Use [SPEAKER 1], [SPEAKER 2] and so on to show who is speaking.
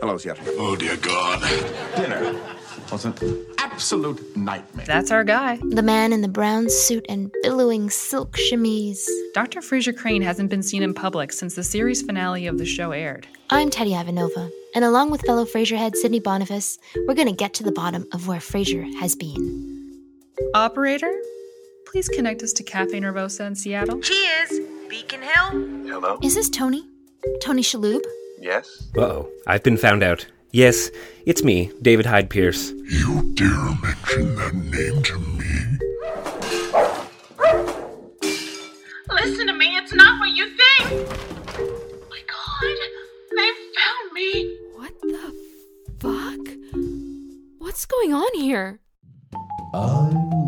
[SPEAKER 1] Hello, Seattle.
[SPEAKER 2] Oh, dear God.
[SPEAKER 1] Dinner was an absolute nightmare.
[SPEAKER 3] That's our guy.
[SPEAKER 4] The man in the brown suit and billowing silk chemise.
[SPEAKER 3] Dr. Fraser Crane hasn't been seen in public since the series finale of the show aired.
[SPEAKER 4] I'm Teddy Ivanova, and along with fellow Frasier head Sidney Boniface, we're going to get to the bottom of where Frasier has been.
[SPEAKER 3] Operator, please connect us to Cafe Nervosa in Seattle.
[SPEAKER 5] Cheers! Beacon Hill?
[SPEAKER 6] Hello?
[SPEAKER 4] Is this Tony? Tony Shalhoub?
[SPEAKER 6] Yes?
[SPEAKER 7] Uh oh, I've been found out. Yes, it's me, David Hyde Pierce.
[SPEAKER 2] You dare mention that name to me?
[SPEAKER 8] Listen to me, it's not what you think! my god, they found me!
[SPEAKER 9] What the fuck? What's going on here?
[SPEAKER 10] I'm